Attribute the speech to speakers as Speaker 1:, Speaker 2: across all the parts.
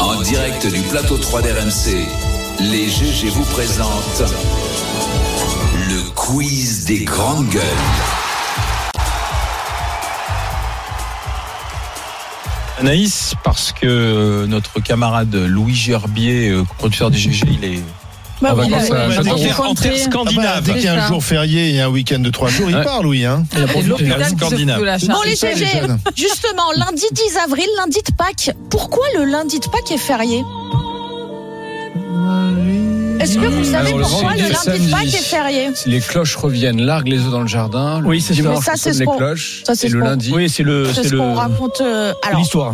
Speaker 1: En direct du plateau 3 d'RMC, les GG vous présentent le quiz des grandes gueules.
Speaker 2: Anaïs, parce que euh, notre camarade Louis Gerbier, euh, producteur du GG, il est.
Speaker 3: Bah
Speaker 2: En
Speaker 3: oui,
Speaker 2: vacances,
Speaker 3: il a-
Speaker 2: euh,
Speaker 3: il a
Speaker 2: j'adore
Speaker 3: été
Speaker 2: faire
Speaker 3: rentré.
Speaker 4: entrée
Speaker 3: Ah bah,
Speaker 4: scandinave.
Speaker 3: dès qu'il y a un jour
Speaker 5: férié et un week-end de trois jours,
Speaker 2: Ouais.
Speaker 5: il part, Louis. Hein
Speaker 3: Et l'hôpital qui s'occupe
Speaker 2: Scandinave.
Speaker 3: de la
Speaker 6: Bon
Speaker 3: charge.
Speaker 6: les
Speaker 5: ça, les
Speaker 6: GG,
Speaker 5: jeunes.
Speaker 6: justement, lundi 10 avril, lundi de Pâques. Pourquoi le lundi de Pâques est férié Est-ce que vous savez
Speaker 7: Alors, le
Speaker 6: pourquoi
Speaker 7: lundi,
Speaker 6: le
Speaker 7: c'est
Speaker 6: lundi de
Speaker 7: samedi.
Speaker 6: Pâques est férié
Speaker 4: Euh,
Speaker 7: Si les cloches reviennent, largue les œufs dans le jardin. Le
Speaker 4: Oui, c'est
Speaker 7: dimanche,
Speaker 6: ça. Mais ça,
Speaker 7: on sonne
Speaker 6: c'est ce
Speaker 7: les
Speaker 6: qu'on-
Speaker 7: cloches.
Speaker 6: ça, c'est
Speaker 7: et
Speaker 6: ce
Speaker 7: le
Speaker 6: qu'on-
Speaker 7: lundi.
Speaker 4: Oui, c'est le,
Speaker 6: C'est
Speaker 4: c'est
Speaker 6: ce qu'on
Speaker 4: le,
Speaker 6: raconte. euh, alors,
Speaker 4: l'histoire.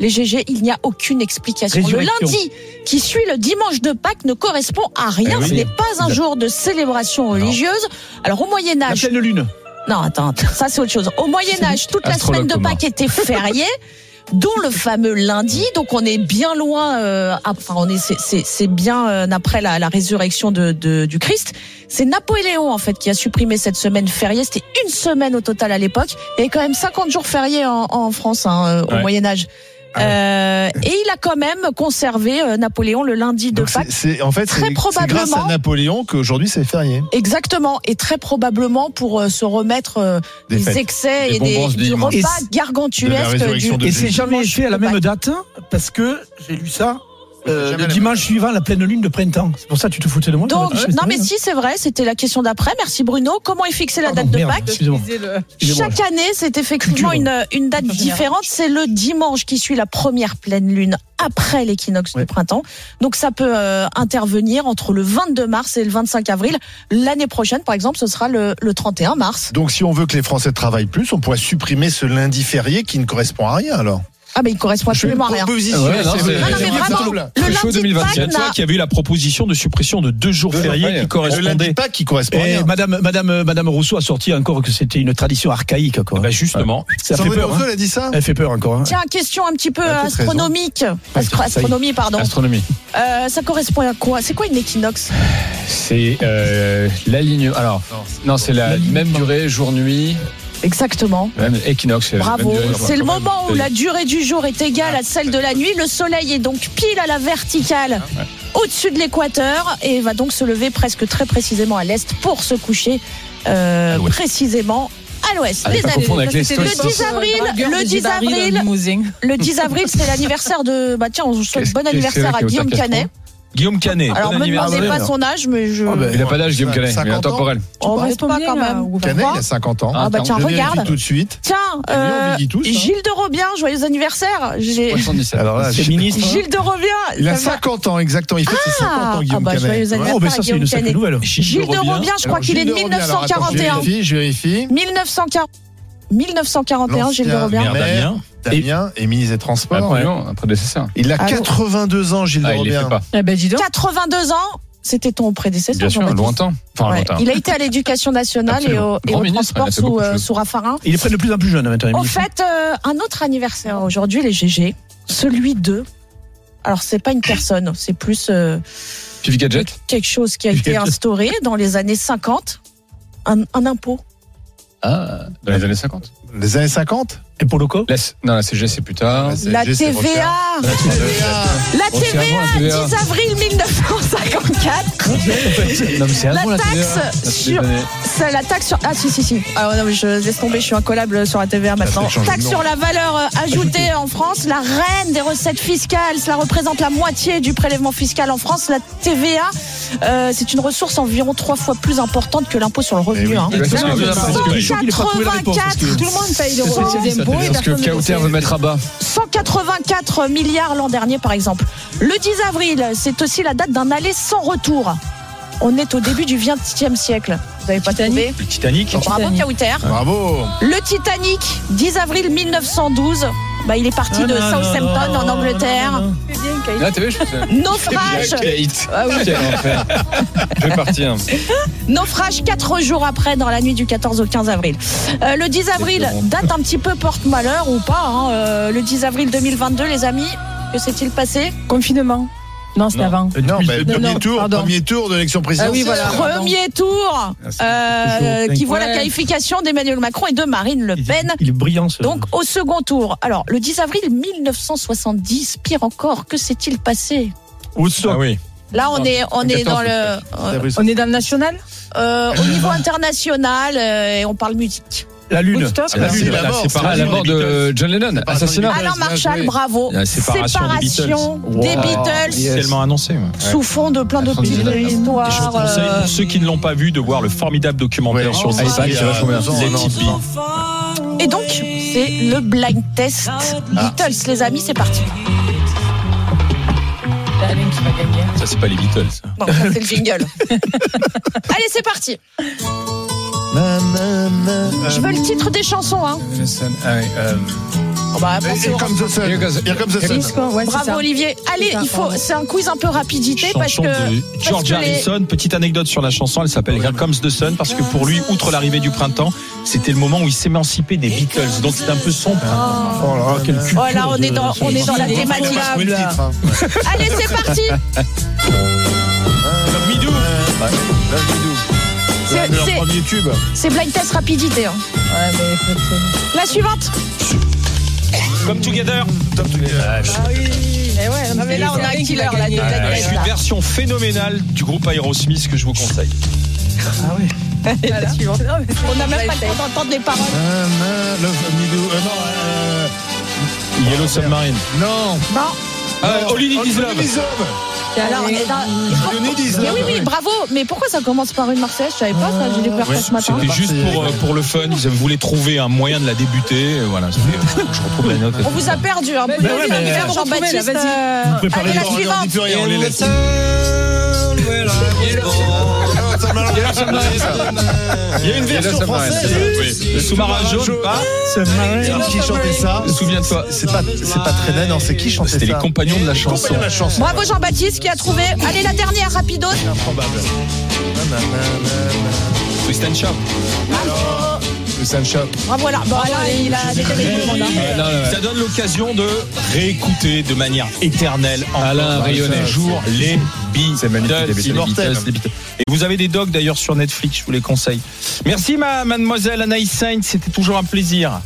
Speaker 6: les GG, il n'y a aucune explication. Le
Speaker 4: Résurrection.
Speaker 6: lundi qui suit le dimanche de Pâques ne correspond à rien.
Speaker 7: Eh oui.
Speaker 6: Ce n'est pas un jour de célébration religieuse. Alors, au
Speaker 4: La
Speaker 6: Moyen-Âge,
Speaker 4: pleine lune.
Speaker 6: Non, attends, attends, ça c'est autre chose. Au Moyen Âge, toute la
Speaker 7: Astrologue
Speaker 6: semaine de
Speaker 7: comme moi.
Speaker 6: Pâques était fériée, dont le fameux lundi. Donc on est bien loin. euh, enfin, on est, c'est- c'est c'est bien euh, après la, la résurrection de, de- du Christ. C'est Napoléon en fait qui a supprimé cette semaine fériée. C'était une semaine au total à l'époque. Il y avait quand même 50 jours fériés en, en France hein, euh, au
Speaker 2: Ouais.
Speaker 6: Moyen Âge. Euh, et il a quand même conservé euh, Napoléon le lundi de
Speaker 5: Donc
Speaker 6: Pâques.
Speaker 5: c'est- c'est- En fait,
Speaker 6: Très
Speaker 5: c'est c'est grâce
Speaker 6: probablement.
Speaker 5: à Napoléon qu'aujourd'hui c'est férié.
Speaker 6: Exactement, et très probablement pour euh, se remettre euh,
Speaker 5: Des
Speaker 6: des,
Speaker 5: fêtes.
Speaker 6: excès
Speaker 7: Des
Speaker 6: et des,
Speaker 7: bonbons ce
Speaker 6: du
Speaker 7: dimanche.
Speaker 6: repas
Speaker 3: Et-
Speaker 5: de la
Speaker 6: gargantuesque
Speaker 5: résurrection
Speaker 6: du-
Speaker 5: de
Speaker 4: Et c'est
Speaker 5: Jésus.
Speaker 4: jamais fait à la même date hein, parce que j'ai lu ça. euh, le dimanche suivant, la pleine lune de printemps. C'est pour ça que tu te foutais de moi.
Speaker 6: Donc,
Speaker 4: tu m'as dit,
Speaker 6: non
Speaker 4: c'est
Speaker 6: mais
Speaker 4: bien.
Speaker 6: si c'est vrai, c'était la question d'après. Merci Bruno. Comment est fixée la
Speaker 4: hein. Pardon,
Speaker 6: date de
Speaker 4: merde,
Speaker 6: Pâques
Speaker 4: Excusez-moi. excusez-moi.
Speaker 6: Chaque année, c'est effectivement
Speaker 4: Culture.
Speaker 6: une, une date
Speaker 3: Culture.
Speaker 6: différente. C'est le dimanche qui suit la première pleine lune après l'équinoxe
Speaker 4: Ouais.
Speaker 6: du printemps. Donc ça peut euh, intervenir entre le 22 mars et le 25 avril. L'année prochaine, par exemple, ce sera le, le 31 mars.
Speaker 5: Donc si on veut que les Français travaillent plus, on pourrait supprimer ce lundi férié qui ne correspond à rien alors.
Speaker 6: Ah mais il correspond absolument à rien.
Speaker 5: proposition.
Speaker 7: Ouais, non,
Speaker 5: c'est-
Speaker 7: c'est-
Speaker 5: c'est-
Speaker 6: Non, non,
Speaker 5: c'est-
Speaker 6: mais vraiment,
Speaker 5: Le
Speaker 6: le
Speaker 7: C'est chaud
Speaker 6: lundi de
Speaker 7: 2024,
Speaker 6: Pâques
Speaker 2: C'est toi
Speaker 6: n'a-
Speaker 2: qui avait eu la proposition de suppression de deux jours
Speaker 7: Deux jours
Speaker 2: fériés
Speaker 7: fériés.
Speaker 2: qui
Speaker 5: lundi
Speaker 2: correspondaient.
Speaker 5: pas qui correspond à
Speaker 4: Et
Speaker 5: rien.
Speaker 4: Madame, Madame, Madame Rousseau a sorti encore que c'était une tradition archaïque. Quoi.
Speaker 2: Bah, justement,
Speaker 4: Ça fait
Speaker 5: Sandrine
Speaker 4: peur.
Speaker 5: Rousseau,
Speaker 4: hein.
Speaker 5: elle a dit ça
Speaker 4: Elle fait peur encore. hein.
Speaker 6: Tiens, question un petit peu
Speaker 5: Ah, peut-être raison.
Speaker 6: astronomique.
Speaker 4: Ah,
Speaker 6: Astro-
Speaker 4: ça y est.
Speaker 6: astronomie, pardon.
Speaker 7: Astronomie.
Speaker 6: Euh, ça correspond à quoi C'est quoi une équinoxe
Speaker 7: C'est euh, l'alignement. Alors, non, c'est la même durée, jour-nuit,
Speaker 6: Exactement.
Speaker 7: même équinoxe. euh,
Speaker 6: Bravo.
Speaker 7: même durée, jour-
Speaker 6: C'est le
Speaker 7: quand même.
Speaker 6: moment où la durée du jour est égale à celle de la nuit. Le soleil est donc pile à la verticale au-dessus de l'équateur et va donc se lever presque très précisément à l'est pour se coucher euh, précisément à l'ouest.
Speaker 7: Ah, ne
Speaker 6: Les
Speaker 7: pas
Speaker 6: amis,
Speaker 7: confondre avec les
Speaker 3: C'était
Speaker 6: le
Speaker 7: Stoïciens.
Speaker 6: 10 avril, le 10 avril, le 10 avril, c'est l'anniversaire de. Bah tiens, on vous souhaite
Speaker 7: Qu'est-ce-
Speaker 6: bon
Speaker 7: qu'est-ce
Speaker 6: anniversaire
Speaker 7: qu'il y a
Speaker 6: à
Speaker 7: au
Speaker 6: Guillaume
Speaker 7: Tarkett
Speaker 6: Canet.
Speaker 2: Guillaume Canet,
Speaker 6: Alors,
Speaker 2: bon
Speaker 6: me
Speaker 2: anniversaire.
Speaker 6: demandez pas son âge, mais je.
Speaker 5: Ah, ben,
Speaker 7: Il n'a pas d'âge, Guillaume Canet. Il est
Speaker 5: 50 ans.
Speaker 7: intemporel.
Speaker 6: On reste pas quand même.
Speaker 5: euh, Canet, il a 50 ans.
Speaker 6: Ah bah tiens,
Speaker 5: Je vérifie
Speaker 6: regarde.
Speaker 5: tout de suite.
Speaker 6: Tiens,
Speaker 5: Et lui, on
Speaker 6: euh,
Speaker 5: lui dit tous, hein.
Speaker 6: Gilles de Robien, joyeux anniversaire. J'ai-
Speaker 7: 77.
Speaker 5: Alors là,
Speaker 4: C'est
Speaker 5: je-
Speaker 4: ministre.
Speaker 6: Gilles de Robien.
Speaker 5: il a
Speaker 6: ça va-
Speaker 5: 50 ans exactement. Il fait ses 50
Speaker 6: Ah,
Speaker 5: ans, Guillaume
Speaker 6: bah,
Speaker 5: Canet.
Speaker 6: joyeux anniversaire
Speaker 4: Oh, mais
Speaker 6: à
Speaker 4: ça, c'est
Speaker 6: Guillaume
Speaker 4: une sacrée
Speaker 6: Canet.
Speaker 4: nouvelle.
Speaker 6: Gilles de Robien, je crois
Speaker 5: Alors,
Speaker 6: qu'il est de
Speaker 5: Gilles Robien, alors, attends, je
Speaker 6: 1941.
Speaker 5: vérifie, Je vérifie.
Speaker 6: 1941, Gilles de
Speaker 5: L'ancien
Speaker 6: Robien.
Speaker 2: Merde,
Speaker 5: maire
Speaker 2: Damien.
Speaker 5: Damien et ministre des
Speaker 7: Ah,
Speaker 5: Transports.
Speaker 7: non, un prédécesseur.
Speaker 5: Il a
Speaker 6: Allô
Speaker 5: 82 ans, Gilles de
Speaker 7: Ah, il ne
Speaker 5: Robert.
Speaker 7: fait pas.
Speaker 3: Eh ben, dis donc.
Speaker 6: 82 ans, c'était ton prédécesseur.
Speaker 7: Bien sûr,
Speaker 6: j'aurais dit.
Speaker 7: lointain. Enfin,
Speaker 6: Ouais.
Speaker 7: lointain.
Speaker 6: Il a été à l'éducation nationale et au, et
Speaker 7: Grand
Speaker 6: au
Speaker 7: ministre,
Speaker 6: transport
Speaker 7: il a fait
Speaker 6: sous,
Speaker 7: beaucoup de
Speaker 6: euh,
Speaker 7: choses.
Speaker 6: sous Raffarin.
Speaker 4: Il est près de plus en plus jeune maintenant.
Speaker 6: On
Speaker 4: Émilie.
Speaker 6: fête euh, un autre anniversaire aujourd'hui, les GG. Celui de. Alors, c'est pas une personne, c'est plus. euh,
Speaker 7: Pif Gadget.
Speaker 6: quelque chose qui a été instauré dans les années 50, un, un impôt.
Speaker 7: Ah, dans les années 50.
Speaker 5: Les années 50
Speaker 4: Et pour le coup
Speaker 7: La C- Non, la CG, c'est plus tard.
Speaker 6: La TVA
Speaker 5: hein.
Speaker 6: La
Speaker 7: On s'y
Speaker 6: TVA
Speaker 7: rejoint, la
Speaker 6: 10
Speaker 7: TVA.
Speaker 6: avril 1954
Speaker 7: Non, mais c'est
Speaker 6: La
Speaker 7: avant
Speaker 6: taxe
Speaker 7: TVA. Ça fait des
Speaker 6: sur-
Speaker 7: années.
Speaker 6: C'est la taxe sur... Ah si si si Alors non mais je laisse tomber, je suis incollable sur la TVA maintenant.
Speaker 5: ça change de
Speaker 6: Taxe
Speaker 5: nom.
Speaker 6: sur la valeur euh, ajoutée en France, la reine des recettes fiscales, cela représente la moitié du prélèvement fiscal en France. La TVA, euh, c'est une ressource environ trois fois plus importante que l'impôt sur le revenu.
Speaker 5: Eh oui.
Speaker 6: hein.
Speaker 7: Parce que-
Speaker 4: Exactement,
Speaker 7: parce que-
Speaker 4: Ah, parce que- je suis sûr qu'il ait pas trouvé la réponse, parce que-
Speaker 6: 184.
Speaker 3: Tout le monde paye des
Speaker 4: C'est- c'est-
Speaker 3: des impôts et
Speaker 7: Parce que
Speaker 3: personne ne
Speaker 7: Kauter
Speaker 3: sait.
Speaker 7: veut mettre à bas.
Speaker 6: 184 milliards l'an dernier, par exemple. Le 10 avril, c'est aussi la date d'un aller sans retour. On est au début du XXe siècle. Vous avez pas
Speaker 3: Titanic.
Speaker 6: trouvé
Speaker 2: Le Titanic.
Speaker 6: Bravo,
Speaker 3: Titanic.
Speaker 6: Kauter.
Speaker 5: Bravo
Speaker 6: Le Titanic, 10 avril 1912. Bah, il est parti de
Speaker 4: Ah, non,
Speaker 6: Southampton
Speaker 4: non,
Speaker 6: en
Speaker 4: non,
Speaker 6: Angleterre.
Speaker 4: non, non, non.
Speaker 7: Ah, t'as vu, je pensais-
Speaker 6: Naufrage. Ah oui.
Speaker 7: Quel enfer. Je vais partir.
Speaker 6: Naufrage quatre jours après, dans la nuit du 14 au 15 avril. Euh, le 10 avril,
Speaker 7: Exactement.
Speaker 6: date un petit peu porte-malheur ou pas. hein. Euh, le 10 avril 2022, les amis, que s'est-il passé
Speaker 3: Confinement. Non, c'était
Speaker 7: Non.
Speaker 3: avant.
Speaker 5: Non,
Speaker 4: Depuis-
Speaker 5: bah,
Speaker 3: Non,
Speaker 5: premier,
Speaker 3: non,
Speaker 5: tour,
Speaker 3: pardon.
Speaker 5: premier tour de l'élection
Speaker 3: Ah
Speaker 5: présidentielle.
Speaker 3: oui, voilà.
Speaker 6: Premier tour euh,
Speaker 4: chaud.
Speaker 6: qui voit la
Speaker 3: Ouais.
Speaker 6: qualification d'Emmanuel Macron et de Marine Le
Speaker 4: Il,
Speaker 6: Pen.
Speaker 4: est- il est brillant ce.
Speaker 6: Donc au second tour. Alors le 10 avril 1970, pire encore, que s'est-il passé
Speaker 4: au sol.
Speaker 2: Ah oui.
Speaker 6: Là on est on est dans le
Speaker 3: On est dans le national
Speaker 6: euh, au niveau international euh, et on parle musique.
Speaker 4: La lune.
Speaker 3: Woodstock
Speaker 5: Ah, c'est la
Speaker 2: la
Speaker 5: mort,
Speaker 2: séparation
Speaker 5: c'est
Speaker 7: Ah, la mort de John Lennon,
Speaker 5: pas
Speaker 7: assassinat.
Speaker 5: Beatles,
Speaker 6: Alain
Speaker 5: bien
Speaker 6: Marshall,
Speaker 5: joué.
Speaker 6: bravo.
Speaker 2: La séparation des Beatles.
Speaker 6: Séparation
Speaker 7: Wow.
Speaker 6: des Beatles.
Speaker 7: Yes.
Speaker 2: Tellement annoncé. ouais.
Speaker 6: Sous fond de plein de
Speaker 7: Attends,
Speaker 6: petites
Speaker 7: attends.
Speaker 2: Et je
Speaker 6: histoires.
Speaker 2: conseille
Speaker 6: euh,
Speaker 2: pour ceux qui ne l'ont pas vu de voir le formidable documentaire
Speaker 5: Ouais.
Speaker 2: sur euh,
Speaker 7: Ah, il paraît que c'est vachement bien.
Speaker 2: Les Tipeee.
Speaker 6: Et donc, c'est le blind test Beatles, les amis, c'est parti.
Speaker 2: Ça, c'est pas les Beatles. ça.
Speaker 6: Bon, ça, c'est le jingle. Allez, c'est parti. Je veux le titre des chansons. Hein.
Speaker 7: um,
Speaker 6: Oh, bah, après, c'est-
Speaker 5: Here comes the sun.
Speaker 7: Here comes-
Speaker 5: Here comes the sun.
Speaker 3: Disco, ouais, c'est
Speaker 6: Bravo
Speaker 3: ça.
Speaker 6: Olivier. Allez,
Speaker 3: C'est ça,
Speaker 6: il faut.
Speaker 3: pardon.
Speaker 6: C'est un quiz un peu rapidité parce
Speaker 2: Chanson
Speaker 6: que.
Speaker 2: de
Speaker 6: parce
Speaker 2: George
Speaker 6: que les-
Speaker 2: Harrison. Petite anecdote sur la chanson, elle s'appelle Here Comes the Sun parce que pour lui, outre l'arrivée du printemps, c'était le moment où il s'émancipait des Beatles. Donc c'est un peu sombre.
Speaker 6: Ah.
Speaker 4: Oh là là, quel cul.
Speaker 6: Oh là, on est dans, on est dans la thématique.
Speaker 5: Oui, le titre, hein.
Speaker 6: Allez, c'est parti.
Speaker 2: Love Me Do.
Speaker 5: Love Me Do.
Speaker 6: C'est-
Speaker 5: Leur
Speaker 6: c'est-
Speaker 5: premier tube.
Speaker 6: C'est blind test rapidité. hein.
Speaker 3: Ouais, mais écoute,
Speaker 6: La suivante.
Speaker 2: Come Together.
Speaker 3: eh ouais, non,
Speaker 6: mais là, on a un killer, là,
Speaker 3: gagné.
Speaker 6: de-
Speaker 2: Avec une version phénoménale du groupe Aerosmith que je vous conseille.
Speaker 3: La suivante. Non, mais
Speaker 6: On n'a même pas le temps d'entendre les paroles.
Speaker 5: Ah, ah, Love Me Do. Euh, non, euh,
Speaker 2: Yellow Submarine.
Speaker 5: Non.
Speaker 6: Non.
Speaker 2: Euh, Only Need Is Love.
Speaker 5: Only Need Is Love.
Speaker 3: c'est
Speaker 6: Alors, eh on
Speaker 3: allé.
Speaker 6: est dans-
Speaker 5: Le Need Is
Speaker 6: oh. Mais
Speaker 5: Love.
Speaker 6: oui, oui, bravo. Mais pourquoi ça commence par une Marseillaise Je savais pas ça. J'ai découvert ça ce matin.
Speaker 2: C'était juste pour, euh, pour le fun. Ils voulaient trouver un moyen de la débuter. Et Voilà. c'était, euh, je retrouve la note.
Speaker 6: On vous a perdu. Hein.
Speaker 3: Mais ouais, mais-
Speaker 6: Pierre Jean-Baptiste.
Speaker 3: Vas-y.
Speaker 6: euh, Allez, la
Speaker 5: On leur dit
Speaker 6: suivante.
Speaker 5: plus rien, on les laisse.
Speaker 2: Il y a une version française. Oui. Le sous-marin jaune. pas
Speaker 4: C'est marrant.
Speaker 5: Alors, Qui chantait ça
Speaker 2: Souviens-toi.
Speaker 5: C'est pas, c'est pas très net, non, c'est qui chantait ça
Speaker 2: C'était les compagnons de la
Speaker 5: Les compagnons
Speaker 2: chanson.
Speaker 5: de la chanson.
Speaker 6: Bravo Jean-Baptiste qui a trouvé. Allez, la dernière, rapido.
Speaker 5: Improbable.
Speaker 2: Twist and Shout.
Speaker 5: Le Sun Shop.
Speaker 6: Bravo, voilà. Bon, alors, Ah, il a des hein.
Speaker 7: Euh, non, non,
Speaker 2: Ça donne l'occasion de réécouter de manière éternelle en
Speaker 7: Alain Rayonnet.
Speaker 2: jour les
Speaker 5: C'est magnifique, les
Speaker 2: Beatles,
Speaker 5: Beatles,
Speaker 2: immortels.
Speaker 5: les
Speaker 2: Et vous avez des docs d'ailleurs sur Netflix, je vous les conseille. Merci ma mademoiselle Anaïs Sainz, c'était toujours un plaisir.